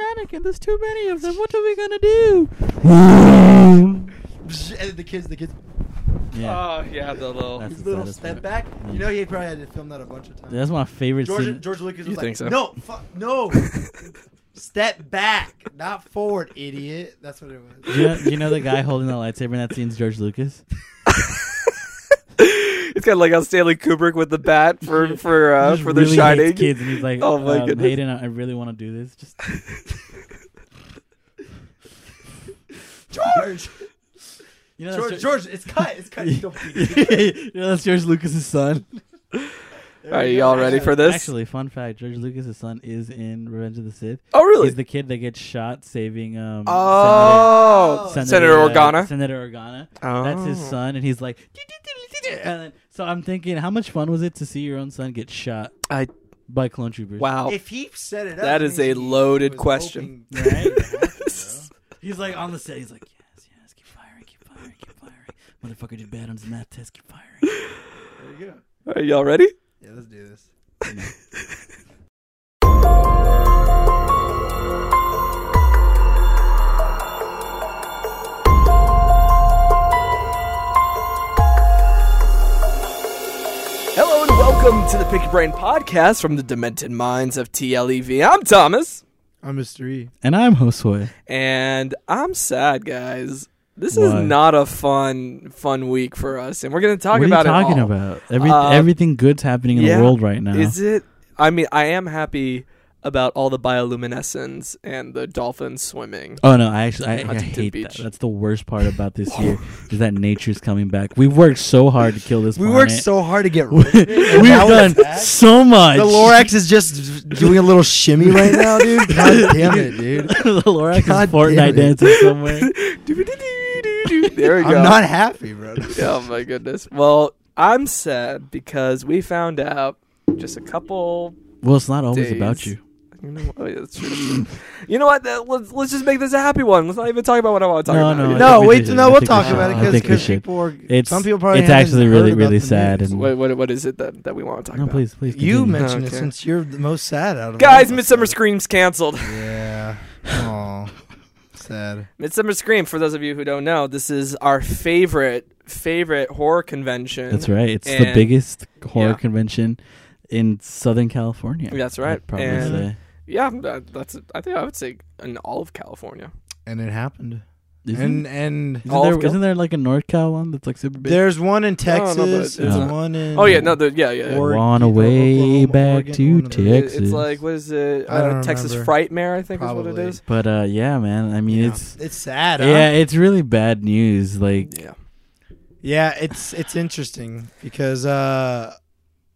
Anakin, there's too many of them. What are we gonna do? And the kids, the kids, Yeah, Oh yeah, the little. That's- his little saddest step part. back. Yeah. You know, he probably had to film that a bunch of times. that's my favorite George, scene. George Lucas Mm. You was like, think so? no, fuck, no, step back, not forward, idiot. That's what it was. Do you, know, do you know the guy holding the lightsaber in that scene's George Lucas? it's kind of like how Stanley Kubrick with the bat for for He uh, just for The really Shining. hates kids, and he's like, Oh my um, goodness. Hayden, I I really want to do this. Just George, you know, George, that's George, it's cut, it's cut. Don't beat it. you know, that's George Lucas's son. Are you all ready for this? Actually, fun fact: George Lucas's son is in Revenge of the Sith. oh really? He's the kid that gets shot saving um. oh, Senator- Senator, Senator uh, Organa. Senator Organa. oh. That's his son, and he's like. And then, so I'm thinking, how much fun was it to see your own son get shot I- by clone troopers? Wow. If he set it up, That it is means a he loaded was question. hoping that it would happen, bro. He's like on the set. He's like, yes, yes, keep firing, keep firing, keep firing. Motherfucker did bad on his math test. Keep firing. There you go. Are y'all ready? Yeah, let's do this. Hello and welcome to the Picky Brain Podcast from the demented minds of TLEV. I'm Thomas, I'm mystery. And I'm Josue. and I'm sad, guys. This is Why? not a fun, fun week for us, and we're going to talk what about are you it. talking all. about? Every, Uh, everything good's happening in yeah. the world right now. Is it? I mean, I am happy about all the bioluminescence and the dolphins swimming. Oh no! I actually I, I Huntington hate Beach. that. That's the worst part about this year is that nature's coming back. We worked so hard to kill this. We planet. worked so hard to get We- rid of it, and we've now done it's back? so much. The Lorax is just doing a little shimmy right now, dude. God damn it, dude. the Lorax God is damn Fortnite it. dancing somewhere. there we go. I'm not happy, bro. oh my goodness. Well, I'm sad because we found out just a couple. Well, it's not always about Days. you. You know, what? oh, yeah, that's true, that's true. you know what? That- Let's let's just make this a happy one. Let's not even talk about what I want to talk No, about. no, you I No, think we wait. should. No, I we'll think talk we should. about it I think we because should. people are. It's some people probably it's haven't actually heard really about really the sad. news. And What, what, what is it that, that we want to talk no, about? please, please. You continue. mentioned Okay. it since you're the most sad out of all of Guys, us. Midsummer Scream's canceled. Yeah. Oh, sad. Midsummer Scream, for those of you who don't know, this is our favorite, favorite horror convention. That's right. It's the And- biggest horror yeah. convention in Southern California. That's right. I'd probably And- say. Yeah, that, that's, I think I would say in all of California. And it happened. Isn't, And and isn't all there, of Cal- isn't there like a NorCal one that's like super big? there's one in No, no, but Texas. there's it's not- one in. Oh, yeah, no, the, yeah, yeah. yeah. Or- Wanna Oregon, way Oklahoma, back Oregon, to one of those. It- Texas. it's like, what is it? I don't Uh, Texas remember. Frightmare, I think is what Probably. it is. but uh, yeah, man. I mean, Yeah. it's It's sad. huh? yeah, it's really bad news. Like, Yeah. Yeah, it's it's interesting because uh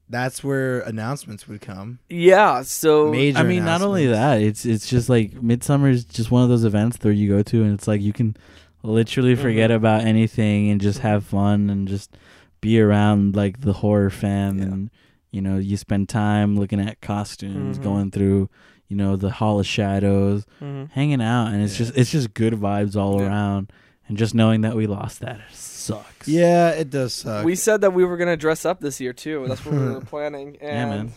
that's where announcements would come. Yeah, so. Major. I mean, not only announcements. that, it's it's just like Midsummer is just one of those events where you go to and it's like you can Mm-hmm. literally forget Mhm. about anything and just Mhm. have fun and just be around like the horror fan Yeah. and you know you spend time looking at costumes, Mhm. Mm-hmm. going through you know the Hall of Shadows, Mhm. hanging out, and it's Yeah. just it's just good vibes all Yeah. around. And just knowing that we lost that sucks. Yeah, it does suck. We said that we were going to dress up this year, too. That's what we were planning. And Yeah, man.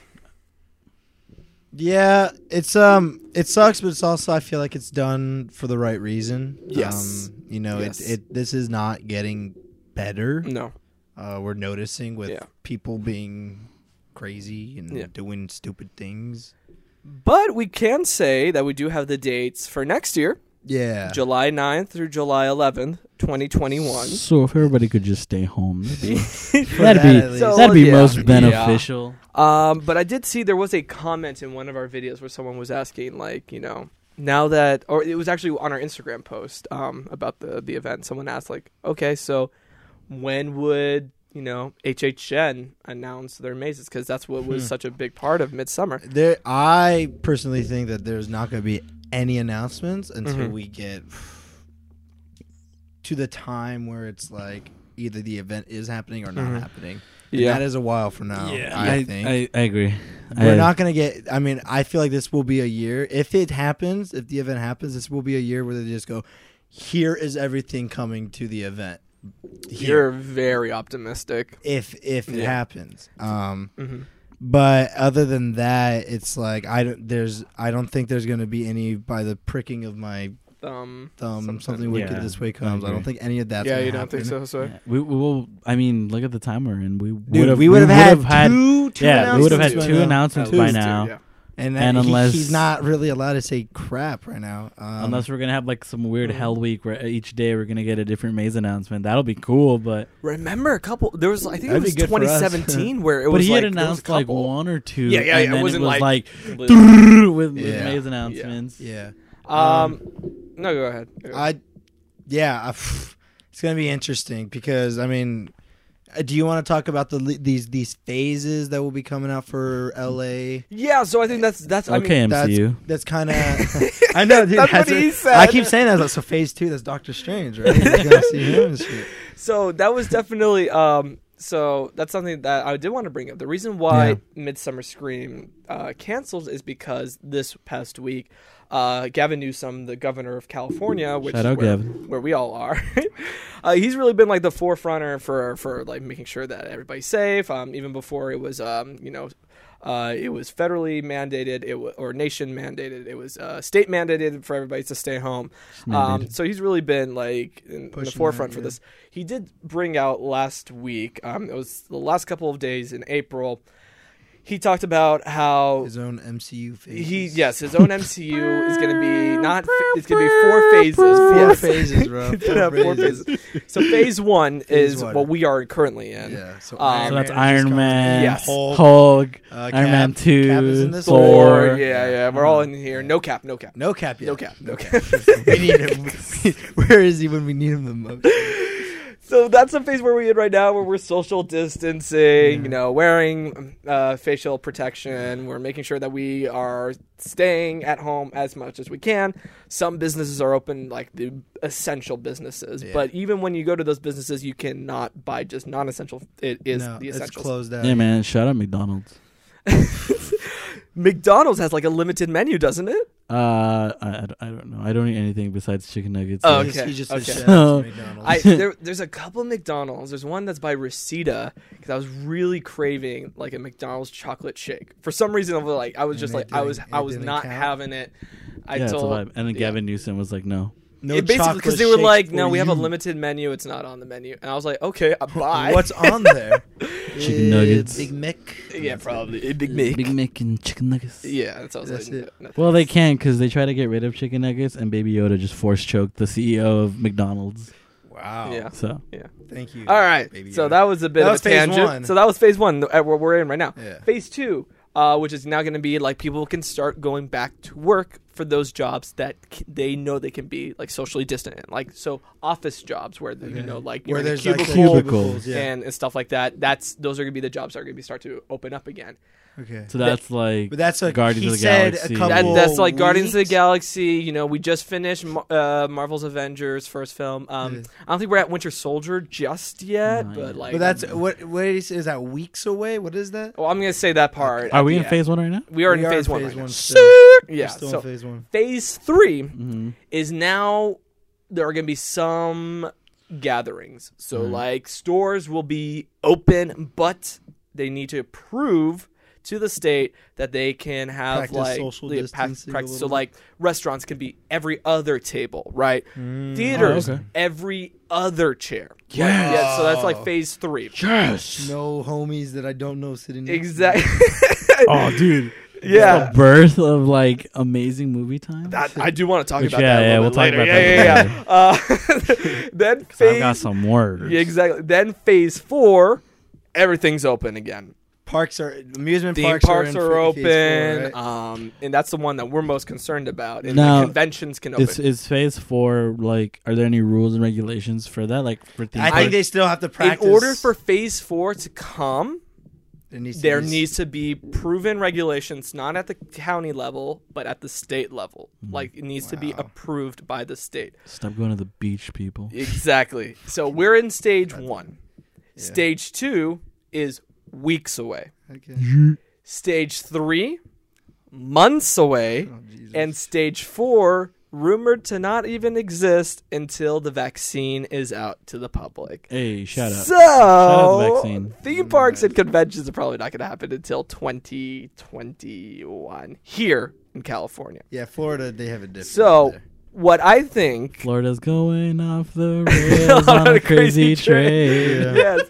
yeah, it's um it sucks, but it's also I feel like it's done for the right reason. Yes. Um, you know, Yes. it it this is not getting better. No. Uh we're noticing with Yeah. people being crazy and Yeah. doing stupid things. But we can say that we do have the dates for next year Yeah. July 9th through July 11th, 2021. So if everybody could just stay home, that'd be, For that'd that, be, at least. So- that'd be yeah. Yeah. most beneficial. Um, but I did see there was a comment in one of our videos where someone was asking, like, you know, now that, or it was actually on our Instagram post um, about the the event. Someone asked, like, okay, so when would you know HHN announce their mazes? Because that's what was Hmm. such a big part of Midsummer. There, I personally think that there's not going to be any announcements until Mhm. we get to the time where it's like either the event is happening or not Mhm. happening. And Yeah, that is a while from now. I, think I, I agree. we're I- not going to get. I mean, I feel like this will be a year if it happens. If the event happens, this will be a year where they just go, "Here is everything coming to the event." Here, you're very optimistic. if if it Yeah. happens. Um, hmm But other than that, it's like I don't there's I don't think there's gonna be any by the pricking of my Um, thumb Something. something, wicked Yeah, this way comes. I, agree. don't think any of that's yeah, gonna you don't think happen. so? So Yeah, we, we will. I mean, look at the time we're in. We would Dude, have. we would have had, would've had- two, two yeah, we would have had announcements two by now. announcements At by least two, now, yeah. and, and that- he- unless- he's not really allowed to say crap right now, um, unless we're gonna have like some weird Mhm. hell week where each day we're gonna get a different maze announcement. That'll be cool, but Remember a couple? There was I think That'd be it was good for us. 2017 where it but was he like, had there was a announced like couple. one or two. Yeah, yeah, and yeah, it then wasn't was like- like Blue. with, with Yeah. maze announcements. yeah, Um, no, go ahead. Go ahead. I, yeah, I, it's gonna be interesting because I mean, uh, do you want to talk about the le- these these phases that will be coming out for LA? yeah, so I think that's that's. I Okay, mean, MCU. That's kind of I know, dude. That's that's what a- he said. I keep saying that. I was like, so phase two, that's Doctor Strange, right? You're gonna see him and shit. so that was definitely um so that's something that I did want to bring up. The reason why Yeah. Midsummer Scream uh, canceled is because this past week, uh, Gavin Newsom, the governor of California, which Shout is out, where, Gavin. where we all are, uh, he's really been like the forefronter for for like making sure that everybody's safe. Um, even before it was, um, you know, uh, it was federally mandated, it wa or nation mandated, it was uh, state mandated for everybody to stay home. Um, mandated. so he's really been like in, in the Pushing forefront that, for yeah. this he did bring out last week. Um, it was the last couple of days in April. He talked about how His own MCU phase. he yes, his own MCU is going to be not fa- it's going to be four phases. four Yes. phases, bro. It's gonna have four phases. So phase one Phase is one. what we are currently in. Yeah. So, Um, so that's is Iron coming. Man, Yes. Hulk, Uh, Iron Cap- Man Cap Two, is in this Thor. Or yeah, yeah, we're all in here. No cap, no cap. No cap yet. No cap, no cap. we need him. Where is he when we need him the most? So that's the phase where we're in right now, where we're social distancing, you know, wearing uh, facial protection. We're making sure that we are staying at home as much as we can. Some businesses are open, like the essential businesses, Yeah. but even when you go to those businesses, you cannot buy just non-essential. It is no, the it's essential. closed down. Yeah, man. Shout out McDonald's. McDonald's has like a limited menu, doesn't it? Uh, I, I don't- I don't know. I don't eat anything besides chicken nuggets. Oh, He's- okay. He just okay. said shout out to I McDonald's. there, there's a couple McDonald's. There's one that's by Reseda because I was really craving like a McDonald's chocolate shake. For some reason, I was like, I was And just it like, I was, didn't- I it was didn't not count? having it. I yeah, told it's a vibe. And then yeah. Gavin Newsom was like, "No, no it basically because chocolate they were shakes like, for no, we have a you. limited menu. It's not on the menu. And I was like, okay, uh, bye. What's on there? Chicken Uh, nuggets. Big Mick. yeah, probably a Big Big Mac and chicken nuggets." Yeah, that's what I was That's like. it. no, no Well, they thanks. can't because they try to get rid of chicken nuggets, and Baby Yoda just force choked the CEO of McDonald's. Wow. Yeah. So Thank you. All right. Baby so Yoda. that was a bit That of was a phase tangent. one. So that was phase one that we're we're in right now. Yeah. Phase two, uh, which is now going to be like people can start going back to work for those jobs that c- they know they can be like socially distant, in. like so office jobs where you know like you're Where in a there's like cubicle. the Cubicle. cubicles. Yeah. And, and stuff like that. That's those are gonna be the jobs that are gonna be start to open up again. Okay. so that's like. But that's a Guardians he of the said Galaxy. A couple That, that's like Guardians of the weeks. Galaxy. You know, we just finished Mar- uh, Marvel's Avengers first film. Um, Yeah. I don't think we're at Winter Soldier just yet, Not but yet. like, But that's what. What is, is that? Weeks away? What is that? well, I'm gonna say that part. are at we the in end. phase one right now? We are in We phase one. right now. still. We're Yeah. Still so in phase one. phase three Mm-hmm. is now there are going to be some gatherings. So Mm-hmm. like stores will be open, but they need to prove to the state that they can have Practice like social the pa- distancing a practice- So little bit. like restaurants can be every other table, right? Mm. Theaters Oh, okay. every other chair. Right? Yes. Yeah. So that's like phase three. Yes. No homies that I don't know sitting. next to me. Exactly. Oh, dude. yeah. The birth of like amazing movie time. That, I do want to talk Which, about yeah, that. a yeah, little we'll bit talk later. about yeah, that yeah, yeah. Uh, then I've got phase some words. yeah, exactly. Then phase four, everything's open again. Parks are amusement Theme parks, parks, in are phase four, open, right? um, and that's the one that we're most concerned about. And Now, the conventions can open. Is, is phase four like? Are there any rules and regulations for that? Like for theme I parks? think they still have to practice. In order for phase four to come, there needs to there be s- needs to be proven regulations, not at the county level, but at the state level. Like it needs to be Wow. approved by the state. Stop going to the beach, people. Exactly. So we're in stage one. Stage two is weeks away. Okay. Stage three, months away. Oh, Jesus. and stage four rumored to not even exist until the vaccine is out to the public. Hey, shout out. So, out to the vaccine. theme parks and conventions are probably not going to happen until 2021 here in California. Yeah, Florida, they have a different. So, there. what I think Florida's going off the rails on a crazy train. yes.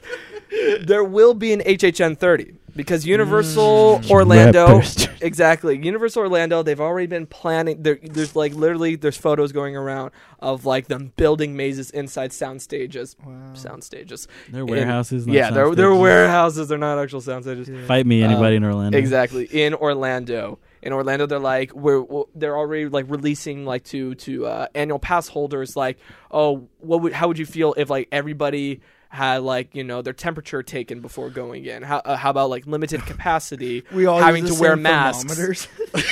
There will be an HHN 30 because Universal Mm. Orlando. Raptors. Exactly. Universal Orlando, they've already been planning. There, there's like literally, there's photos going around of like them building mazes inside sound stages. Sound stages. Their In- warehouses. not yeah, sound they're, they're stages. warehouses. They're not actual sound stages. Fight me, anybody in Orlando. Exactly. In Orlando. In Orlando, they're like we're, we they're already like releasing like to to uh, annual pass holders like oh what would how would you feel if like everybody had like you know their temperature taken before going in how uh, how about like limited capacity we all having use the to wear same masks thermometers.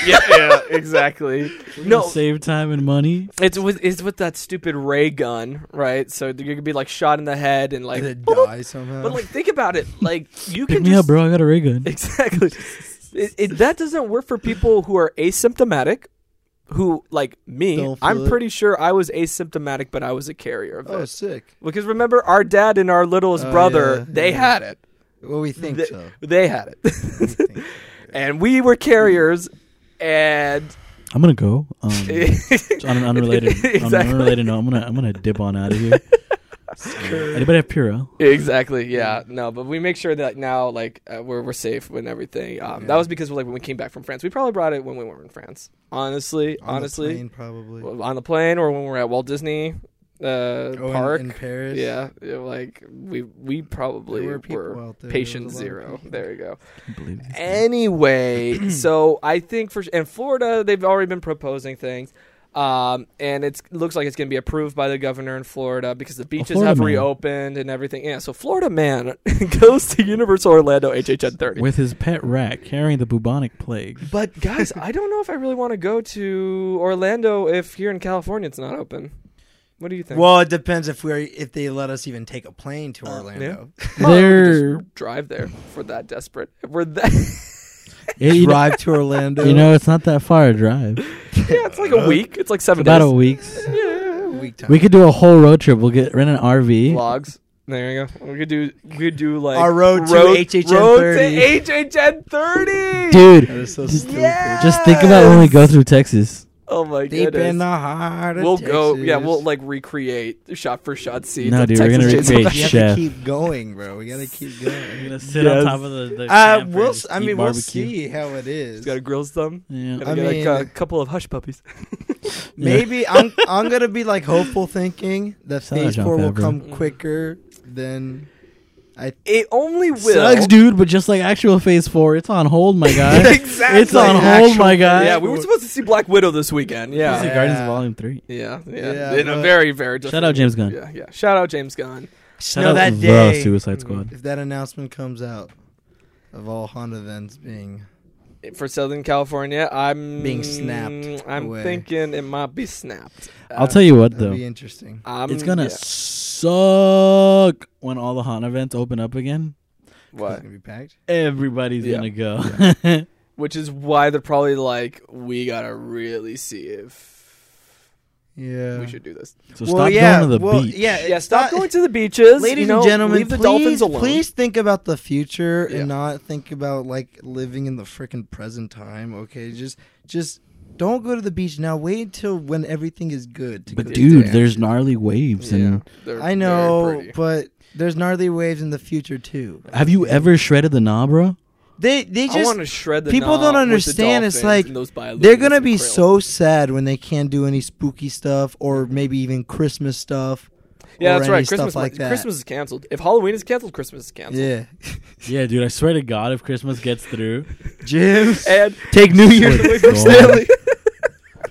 yeah, yeah exactly No. no Save time and money. it's with it's with that stupid ray gun right so you're gonna be like shot in the head and like Did it die somehow? but like think about it like you Pick can me just up, bro. I got a ray gun. Exactly. it, it, that doesn't work for people who are asymptomatic. Who like me? Don't feel I'm it. pretty sure I was asymptomatic, but I was a carrier of oh, it. sick. Because remember, our dad and our littlest Oh, brother, yeah, they yeah. had it. Well, we think Th- so. They had We it, think so. and we were carriers. And I'm gonna go. Um, on an unrelated, on an Exactly. unrelated note, I'm gonna I'm gonna dip on out of here. Anybody have Purell? Exactly. Yeah. No, but we make sure that now, like, uh, we're we're safe and everything. Um, That Yeah. was because, like, when we came back from France, we probably brought it when we were in France. Honestly, On the honestly, plane, probably. Well, on the plane or when we we're at Walt Disney uh, Oh, in- Park. in, Paris. yeah, yeah, like we we There probably were were, people out there. There patient was a lot of zero. people. There you go. Can't believe this. Anyway, so I think for in Florida they've already been proposing things. Um, and it looks like it's going to be approved by the governor in Florida because the beaches Florida have man. reopened and everything. Yeah, so Florida man goes to Universal Orlando HHN 30. With his pet rat carrying the bubonic plague. But guys, I don't know if I really want to go to Orlando if here in California it's not open. What do you think? Well, it depends if we're if they let us even take a plane Oh, to Orlando. Well, we They're just drive there for that desperate. If we're that yeah, Yeah, you, know, Drive to Orlando. you know, it's not that far a drive. It's it's like a week. It's like seven Uh, about a days. week. week time. We could do a whole road trip. We'll get rent an RV. Vlogs. There you go. We could do we could do like Our road to HHN road 30. to HHN thirty. Dude, That is so just, stupid. Yeah. just think about when we go through Texas. Oh my Deep in the goodness. heart. Of We'll go. Texas. Yeah, we'll like recreate shot for shot scenes. No, of dude, we're gonna Texas Chainsaw recreate We have to Chef. keep going, bro. We gotta keep going. gonna sit Yes. on top of the. the Uh, camper we'll. and s- just I eat mean, we'll barbecue. see how it is. He's got a grills thumb. Yeah. Gotta I get, like, mean- a couple of hush puppies. Maybe I'm. I'm gonna be like hopeful, thinking that Shout out phase John four will Favreau. come Mm. quicker than. It only will. Sucks, dude. But just like actual Phase Four, it's on hold, my guy. exactly. it's on hold, actual- my guy. Yeah, we were supposed to see Black Widow this weekend. Yeah. This is Yeah. Guardians Volume Three. Yeah, yeah. Yeah, In a but- very, very different. Shout out James Gunn. Yeah, yeah. Shout out James Gunn. Shout No, out that the day. Mm-hmm. Suicide Squad. If that announcement comes out, of all Honda vents being For Southern California, I'm Being snapped I'm away. thinking it might be snapped. Uh, I'll tell you what That'd though, be interesting. I'm, it's gonna yeah. suck when all the haunt events open up again. It's what? gonna be packed. Everybody's Yeah. gonna go. Which is why they're probably like, we gotta really see if Yeah. we should do this. so well, stop yeah. going to the well, beach. Yeah. Yeah, it's stop not- going to the beaches, Uh, Ladies you know, and gentlemen, Leave the please, dolphins alone. please think about the future Yeah. and not think about like living in the freaking present time. Okay, just just don't go to the beach now. Wait until when everything is good. To go But to dude, the there's beach. gnarly waves, Yeah, and they're I very know, pretty. but there's gnarly waves in the future too. have you ever shredded the knob, bro? They they I just want to shred the people don't knob with the understand, it's dolphins like, and those bioluminescent They're gonna be krill. so sad when they can't do any spooky stuff or maybe even Christmas stuff. yeah, or that's any right. Stuff Christmas like that. Christmas is canceled. If Halloween is canceled, Christmas is canceled. Yeah, Yeah, dude. I swear to God, if Christmas gets through, Jim, And take New Year's. Swear away to from God. Stanley.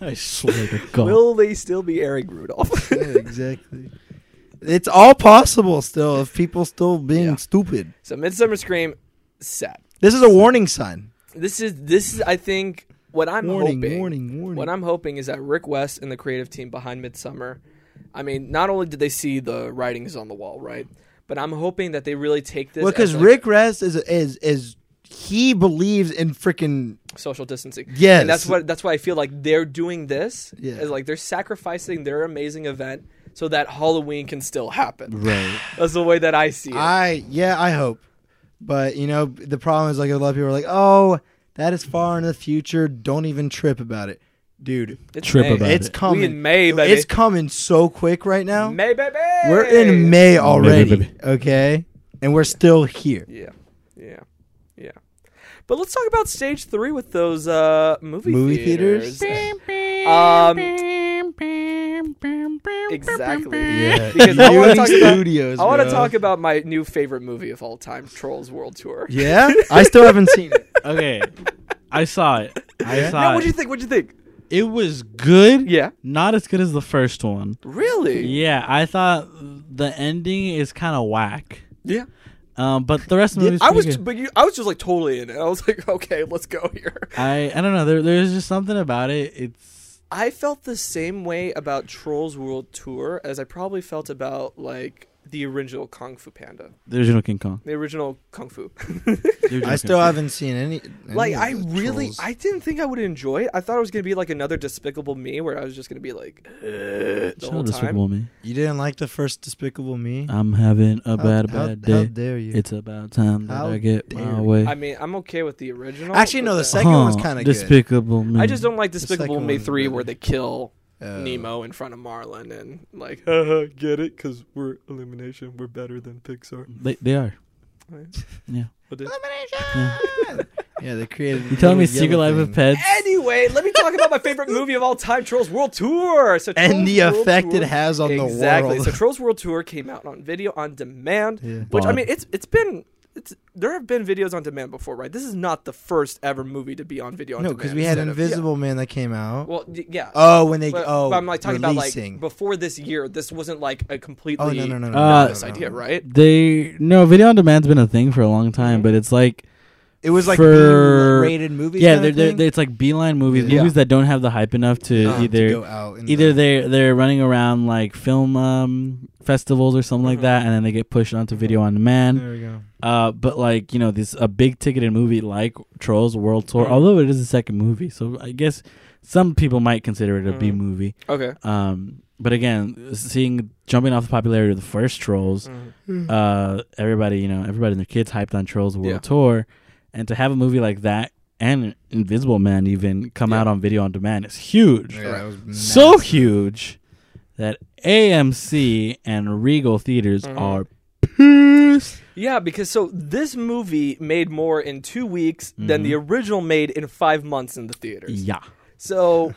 I swear to God. Will they still be airing Rudolph? yeah, exactly. It's all possible still if people still being Yeah. stupid. so Midsummer Scream, sad. This is a warning sign. This is this is I think what I'm warning, hoping. warning, warning. What I'm hoping is that Rick West and the creative team behind Midsummer, I mean, not only did they see the writings on the wall, right? But I'm hoping that they really take this. well, because as, like, Rick Rest is is is he believes in freaking social distancing. yes. And that's what that's why I feel like they're doing this. Yeah. Is like they're sacrificing their amazing event so that Halloween can still happen. right. That's the way that I see it. I yeah, I hope. But you know, the problem is like a lot of people are like, "Oh, that is far in the future. Don't even trip about it, dude. it's Trip May. about It's it. coming. We in May, baby. It's coming so quick right now. May, baby. We're in May already, baby. okay? And we're still here. Yeah, yeah, yeah. But let's talk about stage three with those uh, movie Movie theaters. theaters? um, exactly. Yeah, Because I wanna UMD talk about- Studios, I want to bro. talk about my new favorite movie of all time, Trolls World Tour. Yeah, I still haven't seen it. Okay, I saw it. I Yeah? saw what do you it. think? What do you think? It was good. Yeah, Not as good as the first one. really? Yeah, I thought the ending is kind of whack. Yeah. Um, but the rest of the movie. I was, but you, I was just like totally in it. I was like, okay, let's go here. I I don't know. There there's just something about it. It's I felt the same way about Trolls World Tour as I probably felt about like the original Kung Fu Panda, the original King Kong. the original Kung Fu. The original I King still Kong. haven't seen any. any like of I the really, trolls. I didn't think I would enjoy it. I thought it was gonna be like another Despicable Me, where I was just gonna be like "Ugh," the Shut whole up, time. Despicable Me. you didn't like the first Despicable Me. I'm having a How- bad how- bad How day. dare you? It's about time that How I get dare my you. way. I mean, I'm okay with the original. Actually, but no, the then- second one's kinda good. Despicable Me. I just don't like second Despicable Me one's three, where better. they kill Oh. Nemo in front of Marlin and like, haha, get it? Because we're Illumination. We're better than Pixar. They, they are. Yeah. But it- Yeah. Yeah, they created. You telling me little Secret yellow Life of thing. Pets? Anyway, let me talk about my favorite movie of all time, Trolls World Tour. So and Trolls the World effect Tour- it has on exactly. the So world. Trolls World Tour came out on video on demand, Yeah. which I Bought. mean, it's it's been it's there have been videos on demand before, right? This is not the first ever movie to be on video on No, demand. because we had instead of- Invisible Man that came out. Yeah. Well, y- yeah. oh, when they but, oh, but I'm like talking releasing. about like before this year. This wasn't like a completely oh no no no no, no, Uh, no, this no, idea, no. right? They no video on demand's been a thing for a long time, Mhm. but it's like It was like For- rated movies. yeah, kinda they're, they're, thing? they it's like beeline movies, Yeah. movies that don't have the hype enough to Uh, to either go out and, either uh, they're they're running around like film um, festivals or something like Uh-huh. Mhm. that, and then they get pushed onto video on demand. there we go. Uh, but like you know, this a big ticketed movie like Trolls World Tour, Mhm. although it is the second movie, so I guess some people might consider it a Mhm. B Uh-huh. movie. Okay. Um, but again, seeing jumping off the popularity of the first Trolls, uh, everybody you know, everybody and their kids hyped on Trolls World Yeah. Tour, and to have a movie like that and Invisible Man even come Yeah. out on video on demand is huge, Yeah, that was so massive. huge that AMC and Regal theaters Mhm. are pissed. Yeah, because so this movie made more in two weeks than the Mm-hmm. original made in five months in the theaters. Yeah. So,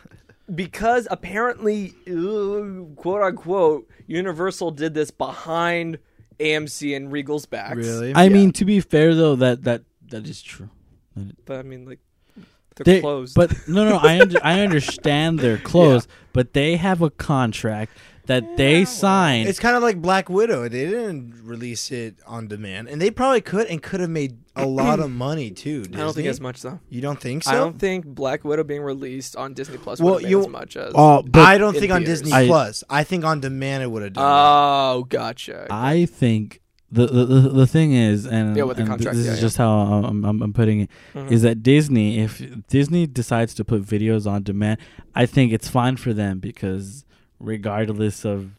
because apparently, uh, quote unquote, Universal did this behind AMC and Regal's backs. Really? I mean, to be fair though, that that that is true. But I mean, like, they're They- closed. But no, no, I under, I understand they're closed, but they have a contract that they sign. It's kind of like Black Widow. They didn't release it on demand, and they probably could and could have made a lot of money too. I don't think Disney. as much though. You don't think so? I don't think Black Widow being released on Disney Plus Well, would have made you- as much as. Uh, but I don't in think on theaters. Disney I- Plus. I think on demand it would have done. oh, gotcha. I think the, the the the thing is, and Yeah, with the and contract, this yeah, is yeah. just how I'm I'm, I'm putting it, is Mhm. that Disney, if Disney decides to put videos on demand, I think it's fine for them because regardless of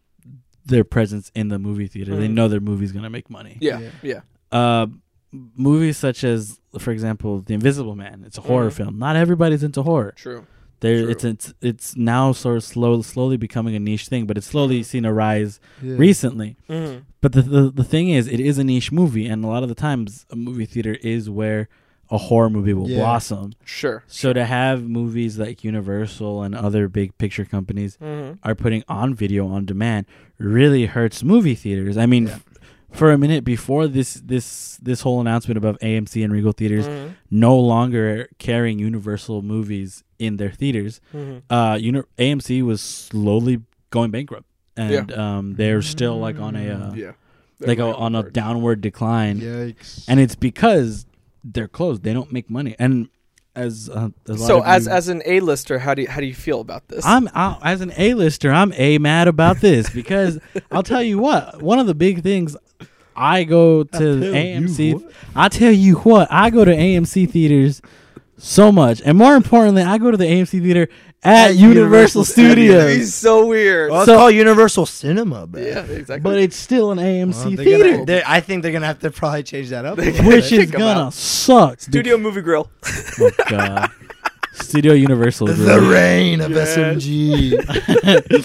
their presence in the movie theater, they Mhm. know their movie's gonna make money. yeah, Yeah. yeah. Uh, movies such as, for example, The Invisible Man. It's a horror Mhm. film. Not everybody's into horror. True. There, True. it's it's it's now sort of slow, slowly becoming a niche thing, but it's slowly seen a rise Yeah. Mm. recently. Mm-hmm. But the, the the thing is, it is a niche movie, and a lot of the times, a movie theater is where a horror movie will Yeah. blossom. Sure. So to have movies like Universal and other big picture companies Mm-hmm. are putting on video on demand really hurts movie theaters. I mean, Yeah. f- for a minute before this this this whole announcement about AMC and Regal theaters Mm. Mm-hmm. no longer carrying Universal movies in their theaters, Mm-hmm. uh, uni- AMC was slowly going bankrupt, and um, they're still like on a uh, Yeah. like a, on a downward decline, Yikes! and it's because they're closed. They don't make money, and as uh, a lot So of as you- as an A lister, how do you, how do you feel about this? I'm I, as an A-lister, I'm a mad about this because I'll tell you what. One of the big things I go to AMC. I tell you what, I go to AMC theaters so much, and more importantly, I go to the AMC theater at, At Universal, Universal Studios. He's so weird. Well, it's So- called Universal Cinema, but yeah, exactly. But it's still an AMC Well, they're gonna- theater, they're- I think they're gonna have to probably change that up. a little which bit. is Kick 'em gonna out. suck. Studio Movie Grill. Oh, God. Studio Universal. is the really- reign of Yes. SMG.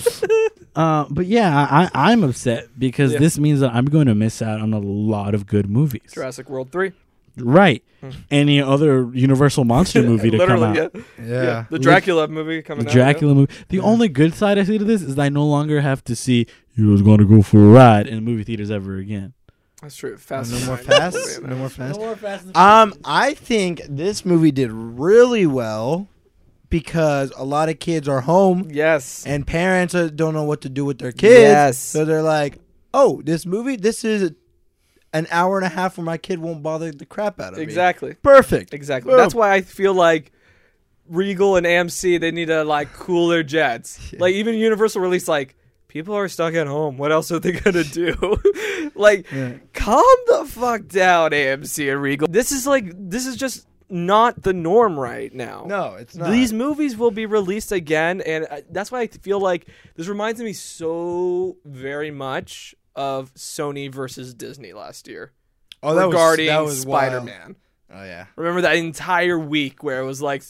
Uh, but yeah, I, I- I'm upset because Yeah. this means that I'm going to miss out on a lot of good movies. Jurassic World 3. Right. Hmm. Any other Universal monster movie to come Literally, out. yeah. yeah. Yeah. The Dracula movie coming The out. Dracula movie. The Yeah. only good side I see to this is that I no longer have to see you was going to go for a ride in movie theaters ever again. yeah. That's true. Fast no and more Furious fast. movie, No man. more fast. more Fast Um, I think this movie did really well because a lot of kids are home Yes. and parents uh, don't know what to do with their kids. Yes. So they're like, "Oh, this movie. This is an hour and a half where my kid won't bother the crap out of me." Exactly. Perfect. Exactly. Boom. That's why I feel like Regal and AMC they need to like cool their jets. Yeah. Like even Universal release like people are stuck at home. What else are they gonna do? like Yeah. calm the fuck down, AMC and Regal. This is like this is just not the norm right now. No, it's not. These movies will be released again, and uh, that's why I feel like this reminds me so very much of Sony versus Disney last year oh, regarding wild. Spider-Man. Oh yeah. Remember that entire week where it was like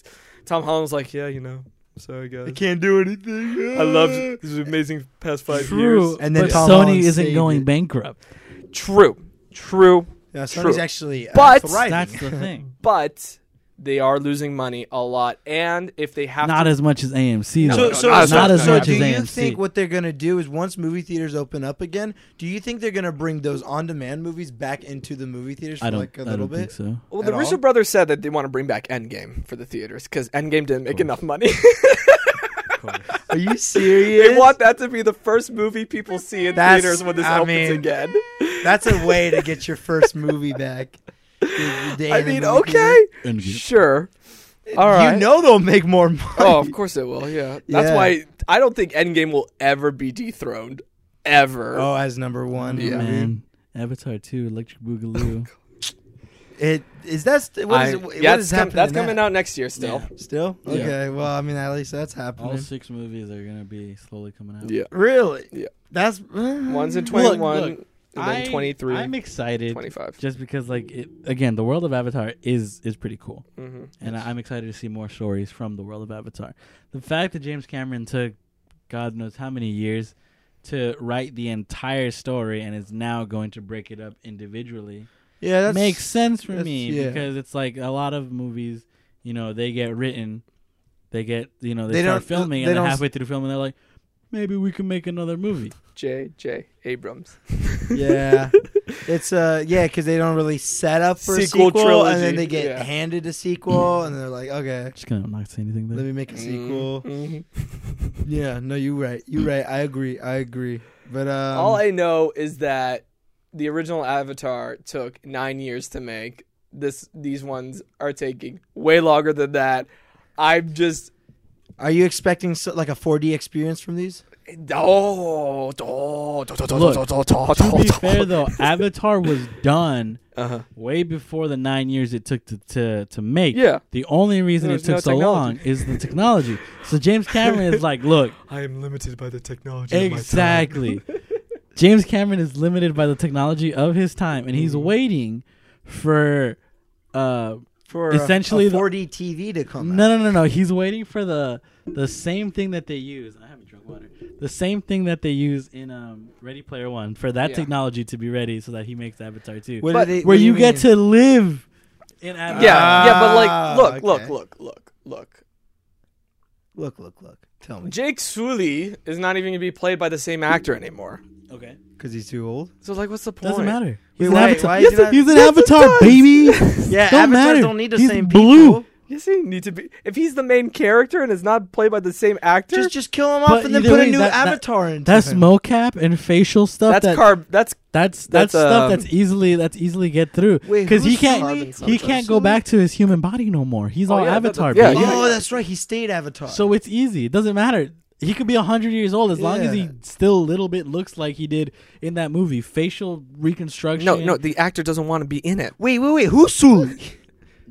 Tom Holland's like, yeah, you know, sorry guys, can't do anything. I love this amazing past five True. years. And then but Tom Sony Holland isn't saved going it. bankrupt. True, true, Yeah, Sony's True. actually uh, But- thriving. That's the thing. but they are losing money a lot, and if they have Not to, as much as AMC. No, though. no, no, not so- as so much do as you AMC. think what they're gonna do is once movie theaters open up again, do you think they're gonna bring those on-demand movies back into the movie theaters for I don't. like a I little don't bit? think so. well, the at all? Russo brothers said that they want to bring back Endgame for the theaters because Endgame didn't make enough money. Are you serious? they want that to be the first movie people see in That's- theaters when this I opens mean, again. That's a way to get your first movie back. The day I in the mean, movie okay, Endgame. sure. All right. You know they'll make more money. Oh, of course it will. Yeah, that's Yeah. why I don't think Endgame will ever be dethroned, ever. Oh, as number one. Yeah. Oh, movie. Man, Avatar Two, Electric Boogaloo. It is that st- what I- is, what yeah, is it's com- happening? that's in that? coming out next year still. Still? Yeah. Okay. Well, I mean, at least that's All happening. six movies are gonna be slowly coming out. Yeah. Really? Yeah. That's uh, One's in Mm, Look, 21, look, and then 23, I'm excited 25. just because, like, it, again, the world of Avatar is is pretty cool, hmm and I, I'm excited to see more stories from the world of Avatar. The fact that James Cameron took God knows how many years to write the entire story and is now going to break it up individually Yeah, that's makes sense for that's- me yeah. because it's like a lot of movies, you know, they get written, they get, you know, they, They start don't- uh, filming, and they then don't s- halfway through filming, they're like, maybe we can make another movie. J. J. Abrams. Mm-hmm. yeah. It's uh yeah, because they don't really set up for Sequel a sequel, trilogy, and then they get yeah. handed a sequel, and they're like, okay, Just gonna not say anything. There. let me make a sequel. Mhm. Yeah, no, you right, you right. I agree, I agree. But um, All I know is that the original Avatar took nine years to make. This these ones are taking way longer than that. I'm just are you expecting so, like a 4D experience from these? oh, oh, Look, to be fair though, Avatar was done Uh-huh. way before the nine years it took to to, to make. Yeah. The only reason There it was took no so technology. long is the technology. So James Cameron is like, look, I am limited by the technology. exactly. James Cameron is limited by the technology of his time, and Mm. he's waiting for. Uh, For a- Essentially a the- 4D TV to Oh, come out. no, no, no, no. He's waiting for the the same thing that they use. I haven't drunk water. The same thing that they use in um, Ready Player One for that Yeah. technology to be ready, so that he makes Avatar Two. What do But- they- where what do you get mean? to live in Avatar. Yeah, yeah, but Ah, like, look, okay. look, look, look, look. look, look, look. Tell me, Jake Sully is not even gonna be played by the same actor anymore. Okay. because he's too old. So like, what's the point? Doesn't matter. Wait, He's an why- avatar. why is he not- He's an Yes, it avatar, does. baby. Yeah, Don't avatars matter. don't need the He's same blue. people. Yes, he need to be. If he's the main character and is not played by the same actor, Just, just kill him off But and then either put way, a new that- that- avatar in. into That's him. mocap and facial stuff. that's that, carb. That's that's that's that's, stuff um, that's easily that's easily get through Wait, because he who's can't Carbon he sometimes. can't go back to his human body no more. He's Oh, all yeah, that- avatar, that- yeah, baby. yeah. Oh, that's right. He stayed Avatar. So it's easy. It doesn't matter. He could be 100 years old as long as he Yeah. still a little bit looks like he did in that movie. Facial reconstruction. No, no, the actor doesn't want to be in it. Wait, wait, wait. Who's Sully?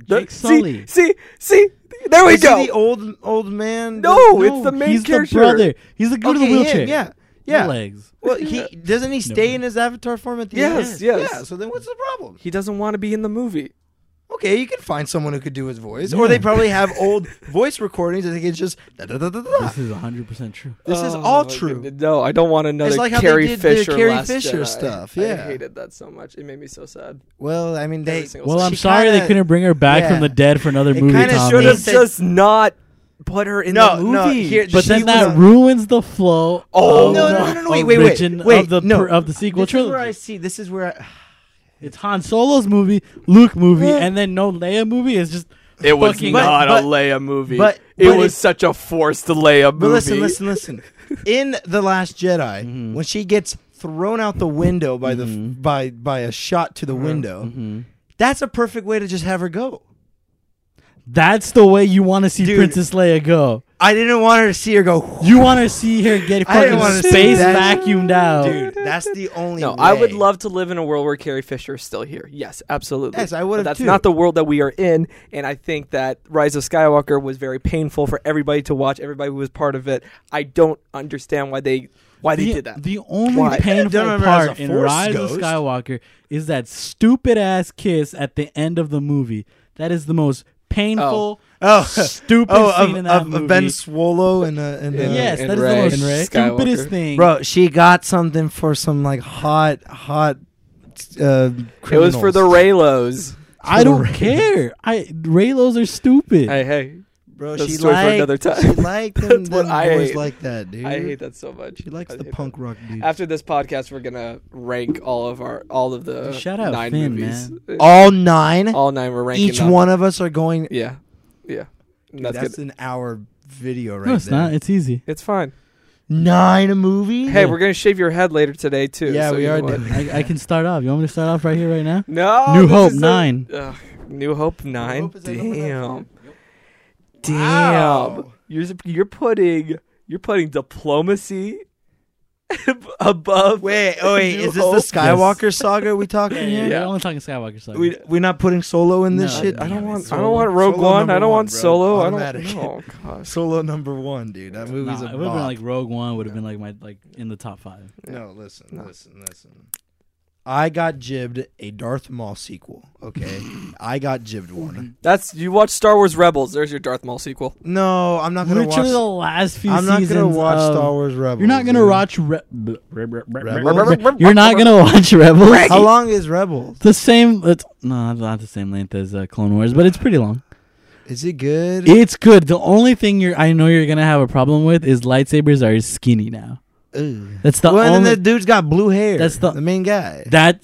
Jake See- Sully. See, see, there we Is he go. the old old man? No, it's the main he's character. the brother. He's the dude in Okay, the him, wheelchair. Yeah, No yeah. legs. Well, he doesn't he stay No. in his avatar form at the Yes, end. yes. Yeah. So then, what's the problem? He doesn't want to be in the movie. Okay, you can find someone who could do his voice, or they Yeah. probably have old voice recordings. I think it's just da, da, da, da, da. This is 100% true. This is Oh, all my true. goodness. No, I don't want another It's like how they Carrie did the Fisher, Carrie Last Fisher Jedi. stuff, I yeah. hated that so much. It made me so sad. Well, I mean, Every they. single Well, I'm she sorry they kinda- couldn't bring her back from yeah. the dead for another It movie. kinda Tommy. Should should've have said- just not put her in No, the movie. no, here- But then She that was- ruins the flow. Oh, of no, the no, no, no, wait, wait, wait, origin wait, of the no. pr- of the sequel This is where I trilogy. see. This is where I, It's Han Solo's movie, Luke movie, Yeah. and then no Leia movie. It's just It was Fucking- not but- a Leia movie. but- it but was it- such a forced Leia movie. Mm-hmm. But listen, listen, listen. In the Last Jedi, Mhm. when she gets thrown out the window by the Mhm. by by a shot to the Mm-hmm. window, that's a perfect way to just have her go. that's the way you want to see Dude. Princess Leia go. I didn't want her to see her go. You want to see her get I fucking didn't wanna see space that. vacuumed out. dude. That's the only. No, I would way. love to live in a world where Carrie Fisher is still here. Yes, absolutely. Yes, I But would have that's too. not the world that we are in, and I think that Rise of Skywalker was very painful for everybody to watch. Everybody who was part of it. I don't understand why they why they the, did that. the only Why? Don't painful remember as a part in Force Rise of ghost. Skywalker is that stupid ass kiss at the end of the movie. That is the most painful, Oh. stupid Oh, scene of, in that of, movie. of Ben Swallow and uh, and uh, yes, and that is Rey. the And Rey. most stupidest Skywalker. thing. bro, she got something for some like hot hot. Uh, It was for the criminals. Raylos. I don't Rey. care. I Raylos are stupid. hey, hey, Bro, That's she a story for liked, another time. She liked them, That's what them I boys hate. like that, dude. I hate that so much. She likes I the hate punk rock that. dude. After this podcast, we're gonna rank all of our all of the Shout out nine Finn, movies. Uh, All nine, All nine. We're ranking each them. one of us are going. Yeah, yeah. Dude, that's that's good. an hour video right no, it's there. not. It's easy. It's fine. Nine a movie. Hey, we're gonna shave your head later today too. Yeah, so we you are know what? doing. I, I can start off. You want me to start off right here, right now? No, New this Hope is a- nine. Ugh, New Hope nine. Hope is at number nine. Damn, damn. Wow. You're you're putting you're putting diplomacy above. Wait, oh wait, New is this Hope. the Skywalker saga we talking here? We're only talking Skywalker. Saga. We we're not putting Solo in this No, shit. I don't Damn it, want. I Solo. don't want Rogue Solo One. number I don't one, want bro. Solo. I Automatic. don't. Oh gosh. Solo number one, dude. That Nah, movie's it a would have bop. been like Rogue One would have been like my like in the top five. no, listen, No. listen, listen. I got jibbed a Darth Maul sequel. Okay, I got jibbed one. That's you watch Star Wars Rebels. There's your Darth Maul sequel. No, I'm not gonna Literally watch. the last few I'm not seasons. gonna watch of- Star Wars Rebels. You're not gonna dude. watch Re- Re- Re- Re- Re- Rebels? Re- You're not gonna watch Rebels. How long is Rebels? The same. It's no, not the same length as uh, Clone Wars, but it's pretty long. Is it good? It's good. The only thing you're I know you're gonna have a problem with is lightsabers are skinny now. Ugh. That's the well, and only. then the dude's got blue hair. That's the- the main guy. that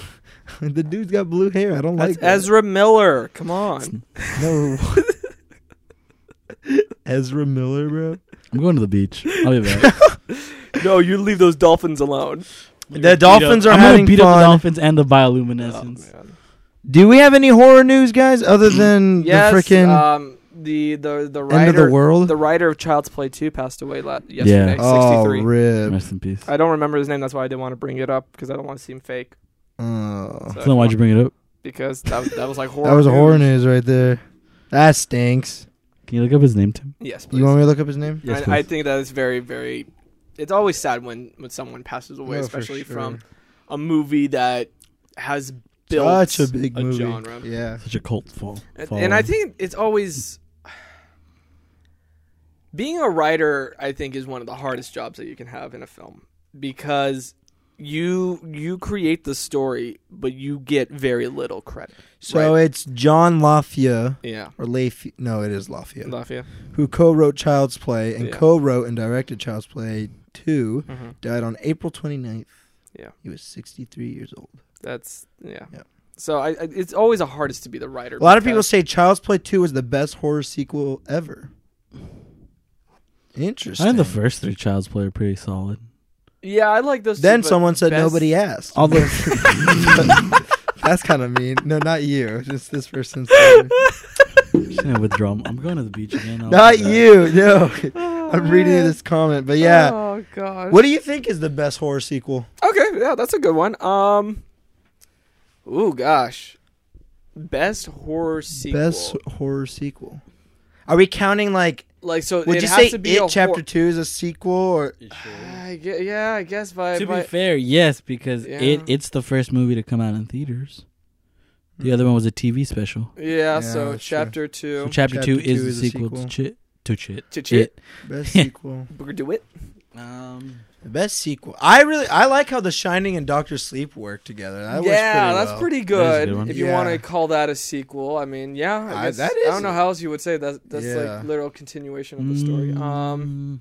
the dude's got blue hair. I don't That's like that. Ezra Miller. Come on. No. Ezra Miller, bro. I'm going to the beach. I'll be back. no, you leave those dolphins alone. The dolphins are I'm having gonna beat up fun. the dolphins and the Oh, bioluminescence. man. Do we have any horror news, guys, other than Yes, the freaking um, the the the writer end of the world? the writer of Child's Play 2 passed away la- yesterday, 63. Oh, rip. Rest in peace. I don't remember his name. That's why I didn't want to bring it up because I don't want to seem fake. Oh. So So then why'd you bring it up? Because that was, that was like horror. That was a horror news right there. That stinks. Can you look up his name, Tim? Yes, please. You want me to look up his name? Yes, I, I please. think that is very, very. It's always sad when when someone passes away, No, for especially sure. from a movie that has built Such a big movie. genre. Yeah. Such a cult fall. And, fall. and I think it's always being a writer. I think is one of the hardest jobs that you can have in a film because you you create the story, but you get very little credit. So it's John LaFia Yeah, or Lafia. No, it is LaFia. Lafayette. who co-wrote Child's Play and Yeah. co-wrote and directed Child's Play 2, Mhm. died on April 29th. Yeah. He was 63 years old. That's yeah. Yeah. So I, I, it's always the hardest to be the writer. A lot of people because- say Child's Play 2 is the best horror sequel ever. I Interesting. think the first three Child's Play are pretty solid. yeah, I like those. then two, but someone said best- nobody asked. All the That's kind of mean. No, not you. Just this person. said it. I'm just gonna withdraw. I'm going to the beach again. I'll not be back. you. No. Oh, I'm reading man. this comment, but yeah. Oh god. What do you think is the best horror sequel? Okay, yeah, that's a good one. Um. Ooh, gosh. Best horror sequel. Best horror sequel. Are we counting like? Like so, Would it you has say to it be a hor- chapter two is a sequel or? I gue- yeah, I guess by, to by be fair, yes, because it Yeah. it's the first movie to come out in theaters. The Mm-hmm. other one was a TV special. yeah, that's So true. chapter So two, chapter, two, Chapter is two the is a sequel, to sequel. Chit. To Chit. To Chit. Best sequel. Booker DeWitt. It. Um, The best sequel. I really I like how The Shining and Doctor Sleep work together. That yeah, that's works pretty well. pretty That is a good. good one. if you Yeah. want to call that a sequel, I mean, yeah, I, I- guess, that I is don't know a- how else you would say that. That's Yeah. Mm. like literal continuation of the story. Mm. Um,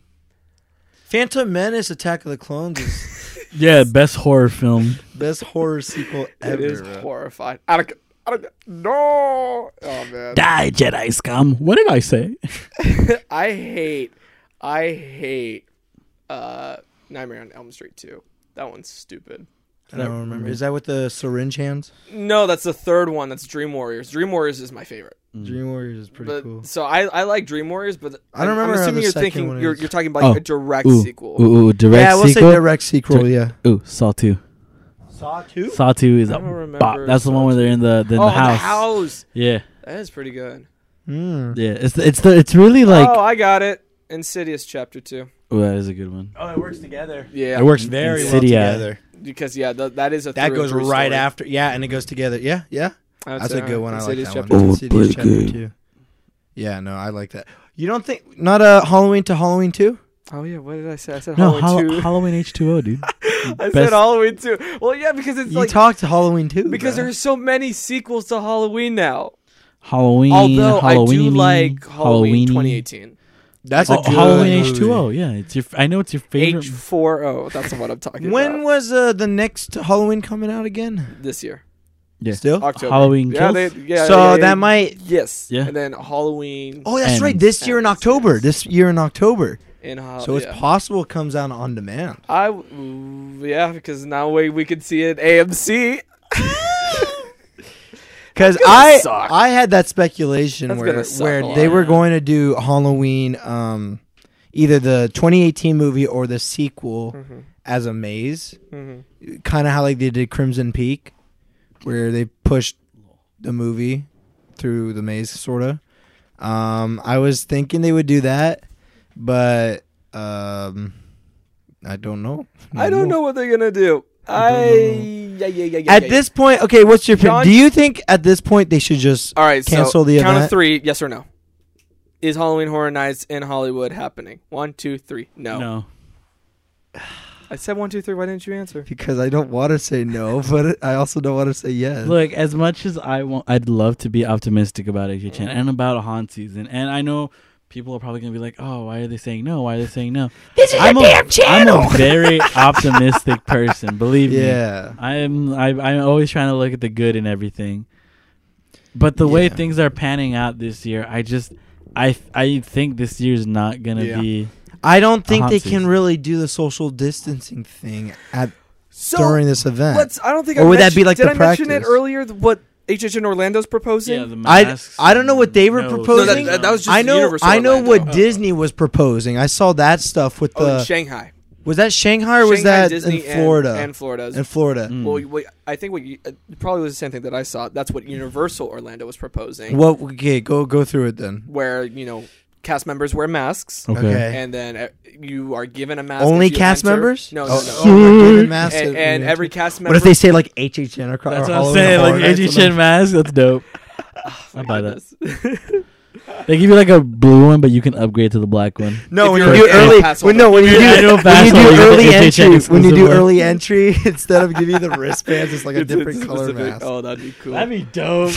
Phantom Menace: Attack of the Clones is yeah, best horror film. best horror sequel it ever. is bro. horrified. I don't, I don't, no, oh man, Die, Jedi scum. What did I say? I hate, I hate, uh, Nightmare on Elm Street too. That one's stupid. I don't remember. Is that with the syringe hands? No, that's the third one. That's Dream Warriors. Dream Warriors is my favorite. Mm. Dream Warriors is pretty But- cool. So I, I like Dream Warriors, but I don't I'm- remember I'm how assuming the you're second thinking one you're, is. you're talking about Oh. like a direct Oow. sequel. Ooh, ooh, direct yeah, we'll sequel. say direct sequel. Direct- yeah. ooh, Saw Two. Saw two. Saw Two is I a don't remember bop. That's the Saw one where they're in the, they're in oh, the house. the house. Yeah, That is pretty good. Mm. yeah. It's the, it's the it's really like oh, I got it. Insidious Chapter Two. Ooh, that is a good one. Oh, it works together. Yeah, It works Very well Insidia. together. because yeah, th- that is a That through and goes through right story. after. Yeah, and it goes together. Yeah, yeah. I would That's say, a good alright, one. I like Insidious that chapter one. two. Insidious Oh, chapter pretty good. two. Yeah, no, I like that. You don't think not a Halloween to Halloween two? Oh yeah, what did I say? I said No, Halloween Hall- Two. Halloween H two O, dude. I said best- Halloween Two. Well, yeah, because it's You like talked to Halloween two because bro. there's so many sequels to Halloween now. Halloween. Although I do Halloweeny, like Halloween Halloweeny. 2018. that's Oh, a good Halloween movie. H two O. Yeah, it's your. f- I know it's your favorite. H four O. That's what I'm talking When about. was uh, the next Halloween coming out again? this year, yeah. Still. October. Halloween Yeah, Kills. they, yeah, Oh, so yeah, yeah. that might. Yes. Yeah. And then Halloween Oh, that's And- right. This year in and- October. yes. This year in October. in Halloween. so it's possible it comes out on demand. I w- yeah, because now we we could see it AMC. Because gonna I suck. I had that speculation That's where gonna suck a where lot. they were going to do Halloween, um, either the 2018 movie or the sequel Mm-hmm. as a maze, Mhm. kind of how like they did Crimson Peak, where they pushed the movie through the maze, sort of. Um, I was thinking they would do that, but um, I don't know. I don't know what they're gonna do. I don't I know. yeah, yeah, yeah, yeah, At yeah, this point, okay, what's your John- opinion? Do you think at this point they should just yeah. all right. so cancel the count of event? three. Yes or no? Is Halloween Horror Nights in Hollywood happening? One, two, three. No. No. I said one, two, three. Why didn't you answer? because I don't want to say no, but I also don't want to say yes. Look, as much as I want, I'd love to be optimistic about HHN and about a haunt season. And I know people are probably gonna be like, "Oh, why are they saying no? Why are they saying no?" this is I'm a, I'm a very optimistic person. Believe me. yeah, I'm I, I'm always trying to look at the good in everything. But the way Yeah. things are panning out this year, I just I I think this year's not gonna Yeah. be. I don't think hot they season. can really do the social distancing thing at So during this event. let's. I don't think. Or I would that be mentioned- like Did the I mention it practice? earlier? th- What HHN Orlando's proposing? I- I don't know what they were no, proposing. that, that, that was just I know. Universal I know what Orlando. Disney was proposing. I saw that stuff with Oh, in the. Shanghai. was that Shanghai or was Shanghai, that Disney in Florida? And, and Florida. in Florida. Mm. Well, wait, I think what you, uh, probably was the same thing that I saw. That's what Universal Orlando was proposing, What? Okay, go go through it then. where you know cast members wear masks, Okay. Okay. and then uh, you are given a mask. Only if you cast enter- members? No, Oh, no, no. oh, we're given And, masks if we and enter. every cast member. What if they say like HHN or That's what I'm saying. Like HHN mask. That's dope. I buy that. They give you like a blue one, but you can upgrade to the black one. No, when If you're you do an early, annual pass when, no, when you holder. If you're do, an when annual you pass do holder, early you get HHN entry, when you do exclusive early entry, instead of giving you the wristbands, it's like a It's- different it's color specific. mask. Oh, that'd be cool. be dope.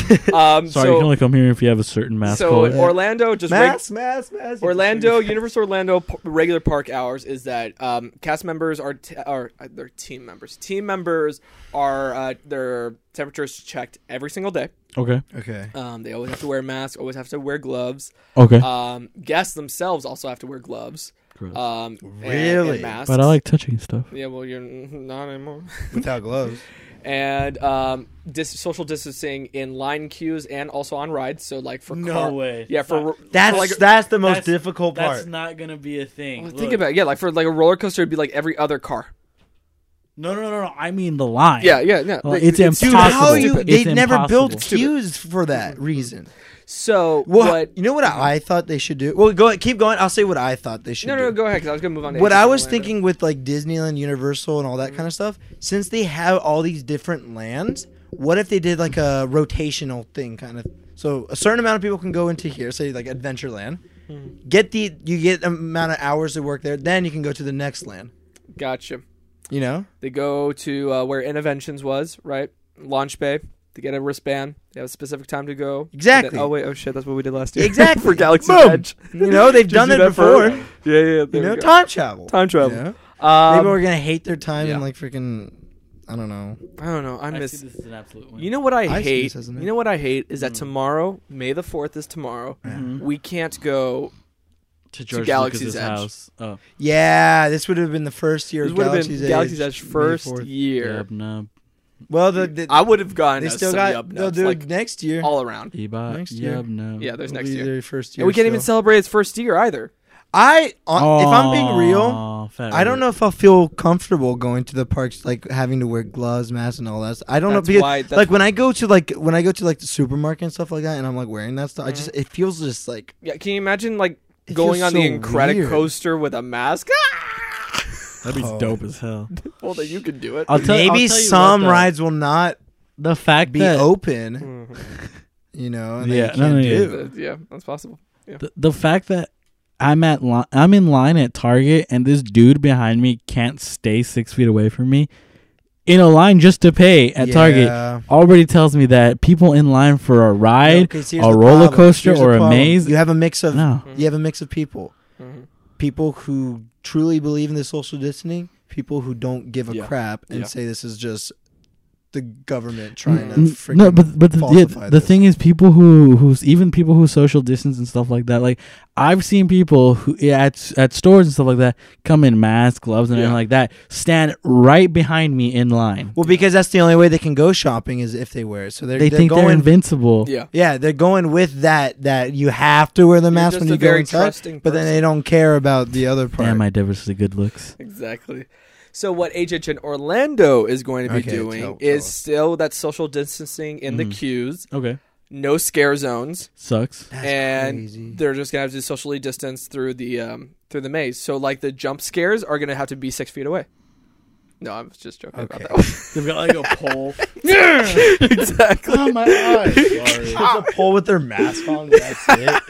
Sorry, um, so, you can only come here if you have a certain mask so color. Orlando just reg- Mask, mask, mask. Orlando Universal Orlando p- regular park hours is that um, cast members are t- are uh, they're team members. Team members are uh, their temperatures checked every single day. Okay. Okay. Um, they always have to wear masks. Always have to wear gloves. Okay. Um, guests themselves also have to wear gloves. Gross. Um, and- and Really? masks. but I like touching stuff. Yeah, well, you're n- not anymore. Without gloves. and um, dis- social distancing in line queues and also on rides. So like for No car- way. yeah, for Fuck. for, That's like, that's the most That's- difficult part. That's not gonna be a thing. Well, Look. think about it. yeah, like for like a roller coaster, it'd be like every other car. No, no, no, no. I mean the line. Yeah, yeah, no. Well, Like, it's Dude, impossible. how you? Stupid. They It's never built impossible. queues for that reason. So Well, what? you know what I, I thought they should do? Well, go ahead, keep going. I'll say what I thought they should. No, no, no, do. go ahead. Because I was gonna move on. To What Asian I was Airlines. thinking with like Disneyland, Universal, and all Mm-hmm. that kind of stuff, since they have all these different lands, what if they did like a rotational thing, kind of? So a certain amount of people can go into here, say like Adventureland, Mm-hmm. get the you get amount of hours to work there, then you can go to the next land. Gotcha. You know, They go to uh, where Interventions was, right? Launch Bay. They get a wristband. They have a specific time to go. And then- Exactly. oh wait. Oh shit. That's what we did last year. Exactly. for Galaxy Boom. Edge. you know they've Just done do it that for- before. Yeah, yeah. There You know, we go. time travel. Time travel. You know? Um, Maybe we're gonna hate their time yeah. and like freaking, I don't know. I don't know. I I miss. see this is an absolute win. You know what I, I see hate? this as Hmm. an you know what I hate is that tomorrow, May the fourth is tomorrow. Mhm. We can't go. to George Galaxy's Lucas's Edge. house. Oh, Yeah, this would have been the first year This of would have Galaxy's been Edge. Galaxy's Edge May first 4th. year. Yub Nub, Well, the, the, I would have gone. they still got. They'll do like it next year. all around. Ebot, Next year. Yub Nub. Yeah, there's It'll next be year. their first year. And we can't even still. celebrate its first year either. I, on, if I'm being real, Aw, fat I don't idiot. know if I'll feel comfortable going to the parks, like having to wear gloves, masks, and all that. Stuff. I don't That's know because, why- that's like, when I go to like when I go to like the supermarket and stuff like that, and I'm like wearing that stuff, I just Mm-hmm. it feels just like Yeah, can you imagine like It going feels on the so Incredicoaster with a mask? Ah! That'd be Oh. dope as hell. well, then you could do it. I'll tell, I'll maybe tell you some what, though. rides will not The fact be that open. Mhm. You know, and Yeah, yeah, no, no, can't yeah. do. Uh, yeah, that's possible. Yeah. the, the fact that I'm at li- I'm in line at Target and this dude behind me can't stay six feet away from me in a line just to pay at Target Yeah. already tells me that people in line for a No, ride 'cause a here's the roller problem. coaster Here's the or a problem. maze. You have a mix of no. Mm-hmm. you have a mix of people. Mhm. people who truly believe in the social distancing, people who don't give a Yeah. crap and Yeah. say say this is just the government trying to N- freaking no, but but the, yeah, the thing is, people who who's even people who social distance and stuff like that. Like I've seen people who yeah, at at stores and stuff like that come in masks, gloves, and everything Yeah. like that. Stand right behind me in line. well, because that's the only way they can go shopping is if they wear it. So they're, They they're think going. they're invincible. Yeah. yeah, they're going with that that you have to wear the mask just when a you go very inside, trusting but then person. they don't care about the other part. Damn, I devastated good looks. Exactly. So what HH in Orlando is going to be Okay, doing tell- tell is us. Mm. still that social distancing in the queues, Okay, no scare zones, sucks. That's and crazy. they're just gonna have to socially distance through the um, through the maze. So like the jump scares are gonna have to be six feet away. No, I was just joking Okay. about that. They've got like a pole. one. exactly. oh my god! There's a pole with their mask on. That's it.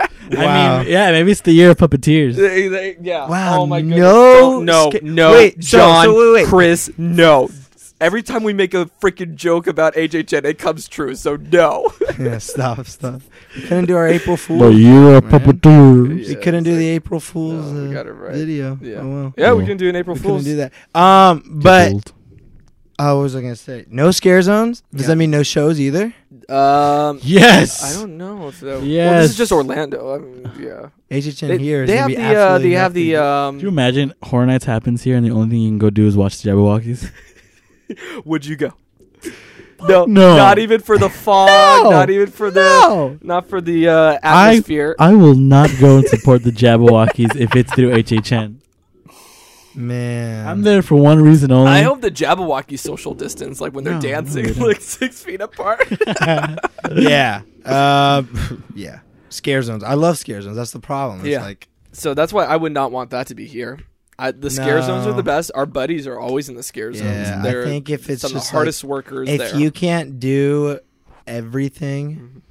I mean, yeah, maybe it's the year of puppeteers. They- they- yeah. Wow, Oh my goodness. no Don't- no. sca- no. wait, so- John. so wait, wait. Chris. No. Every time we make a freaking joke about HHN, it comes true. So no. yeah, stop, stop. We couldn't do our April Fool. The year of Man. puppeteers. we Yeah, couldn't do it's the April Fool's No, we uh, got it right. video. Yeah. Oh, well. yeah, we Cool. can do an April We couldn't Fool's. do that. Um, but Tickled. uh, what was I gonna say? No scare zones. Does Yeah. that mean no shows either? Um, yes, I don't know if that. Well, this Yes. is just Orlando. I mean, yeah. HHN They, here. Is they gonna have be the. Uh, they absolutely have the. nothing. Do you Um, imagine Horror Nights happens here and the only thing you can go do is watch the Jabberwockies? would you go? No, no. Not even for the fog. No. Not even for the. Oh! No. Not for the uh, I- atmosphere. I will not go and support the Jabberwockies if it's through HHN. man. I'm there for one reason only. I hope the Jabberwocky social distance, like when they're No, no, dancing, they don't. like six feet apart. yeah. Uh, yeah. Scare zones. I love scare zones. That's the problem. It's Yeah. like so that's why I would not want that to be here. I, the scare zones are No. the best. Our buddies are always in the scare zones. Yeah, I They're think if it's some of just, the hardest workers if there. Mm-hmm. you can't do everything,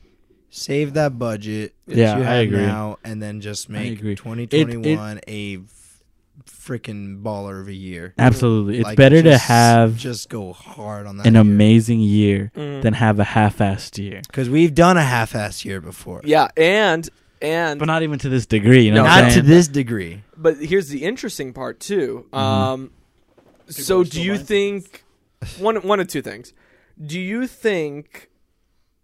save that budget that Yeah, you I have agree. now and then just make agree. It- it- 2021 a f- freaking baller of a year. Absolutely. It's Like, better to just- have just go hard on that. an amazing year Mm. Mm. than have a half assed year. because we've done a half-ass year before, yeah, and and But not even to this degree, you know No, what I'm not to saying? this degree. but here's the interesting part too. Um, Mm-hmm. so are do still you mindful. think one one of two things? Do you think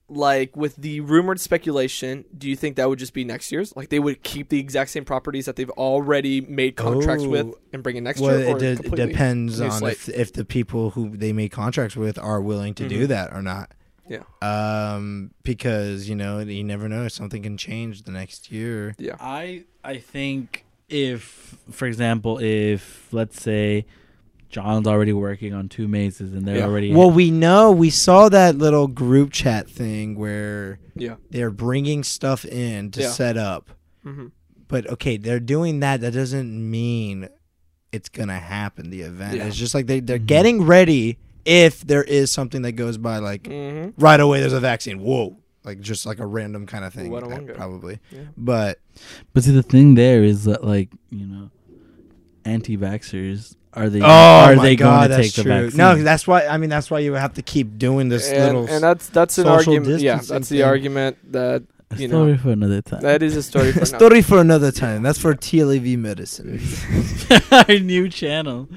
like with the rumored speculation, do you think that would just be next year's? Like they would keep the exact same properties that they've already made contracts with Oh. and bring in next well, year? it, or de- completely- depends new on if, if the people who they make contracts with are willing to do Mhm. that or not. Yeah. Um, because you know you never know. Something can change the next year. Yeah. I I think if, for example, if let's say John's already working on two mazes and they're Yeah. already Well, we know we saw that little group chat thing where Yeah. they're bringing stuff in to Yeah. set up. hmm But okay, they're doing that. That doesn't mean it's gonna happen. The event. Yeah. It's just like they they're Mhm. getting ready. If there is something that goes by, like Mm-hmm. hmm right away there's a vaccine. Whoa. Like just like a random kind of thing. What a uh, wonder. probably. Yeah. But But see, the thing there is that, like, you know, anti-vaxxers are they oh are my they going God, to that's take the true. vaccine? No, that's why I mean that's why you have to keep doing this and, little and that's that's an social argument. Yeah, distancing that's the thing. argument that a you story know. for another time. that is a story for another. story for another time. That's for TLV medicine. our new channel.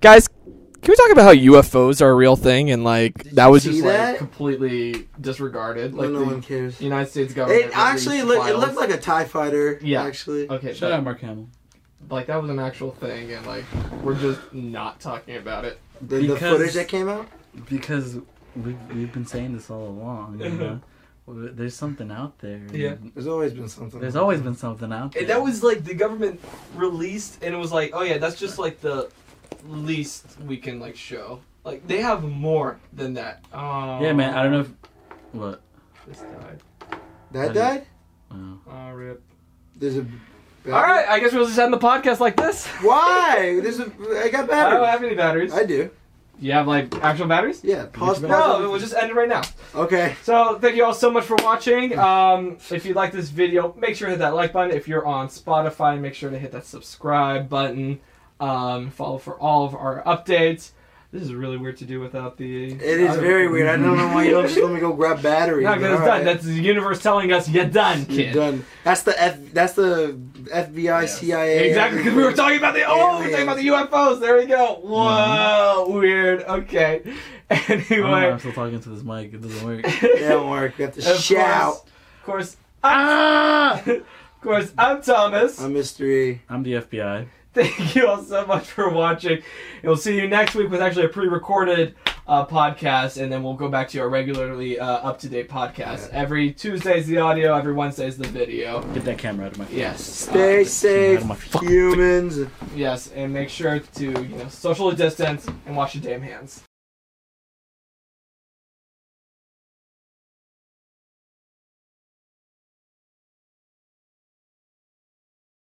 Guys, can we talk about how UFOs are a real thing and like Did that you was see just that? like completely disregarded? Like the cares. United States government. like a Tie Fighter. Yeah. Uh, Actually. okay. Shout out Mark Hamill. like that was an actual thing and like we're just not talking about it The, the Because- footage that came out. Because we've we've been saying this all along. You know? W- There's something out there. Yeah. There's always been something. There's always been something out there. and that was like the government released and it was like oh yeah that's just like the least we can like show like they have more than that oh Yeah, man. I don't know if what. this died That died? oh. oh rip There's a. all right i guess we'll just end the podcast like this Why? There's a. I got i don't have any batteries do. you have like actual batteries Yeah. Pause. no, we'll just end it right now. Okay. So thank you all so much for watching. Um, if you like this video, make sure to hit that like button. If you're on Spotify, make sure to hit that subscribe button. Um, follow for all of our updates. This is really weird to do without the. It is very weird. I don't know why you don't just let me go grab batteries. No, because it's All done. right. That's the universe telling us you're done, You're kid. done. That's the F. That's the FBI, CIA. Exactly, because we were talking about the oh, we were talking about the UFOs. There we go. Mm-hmm. Whoa, weird. Okay. I don't know why Anyway, I'm still talking to this mic. It doesn't work. It don't work. You have to of shout. course, of course, ah! of course, I'm Thomas. A mystery. I'm the FBI. Thank you all so much for watching. And we'll see you next week with actually a pre-recorded uh, podcast, and then we'll go back to our regularly uh, up-to-date podcast. Every Tuesday is the audio. Every Wednesday is the video. Get that camera out of my face. Yes. Stay Uh, safe, my fucking- humans. yes, and make sure to you know social distance and wash your damn hands.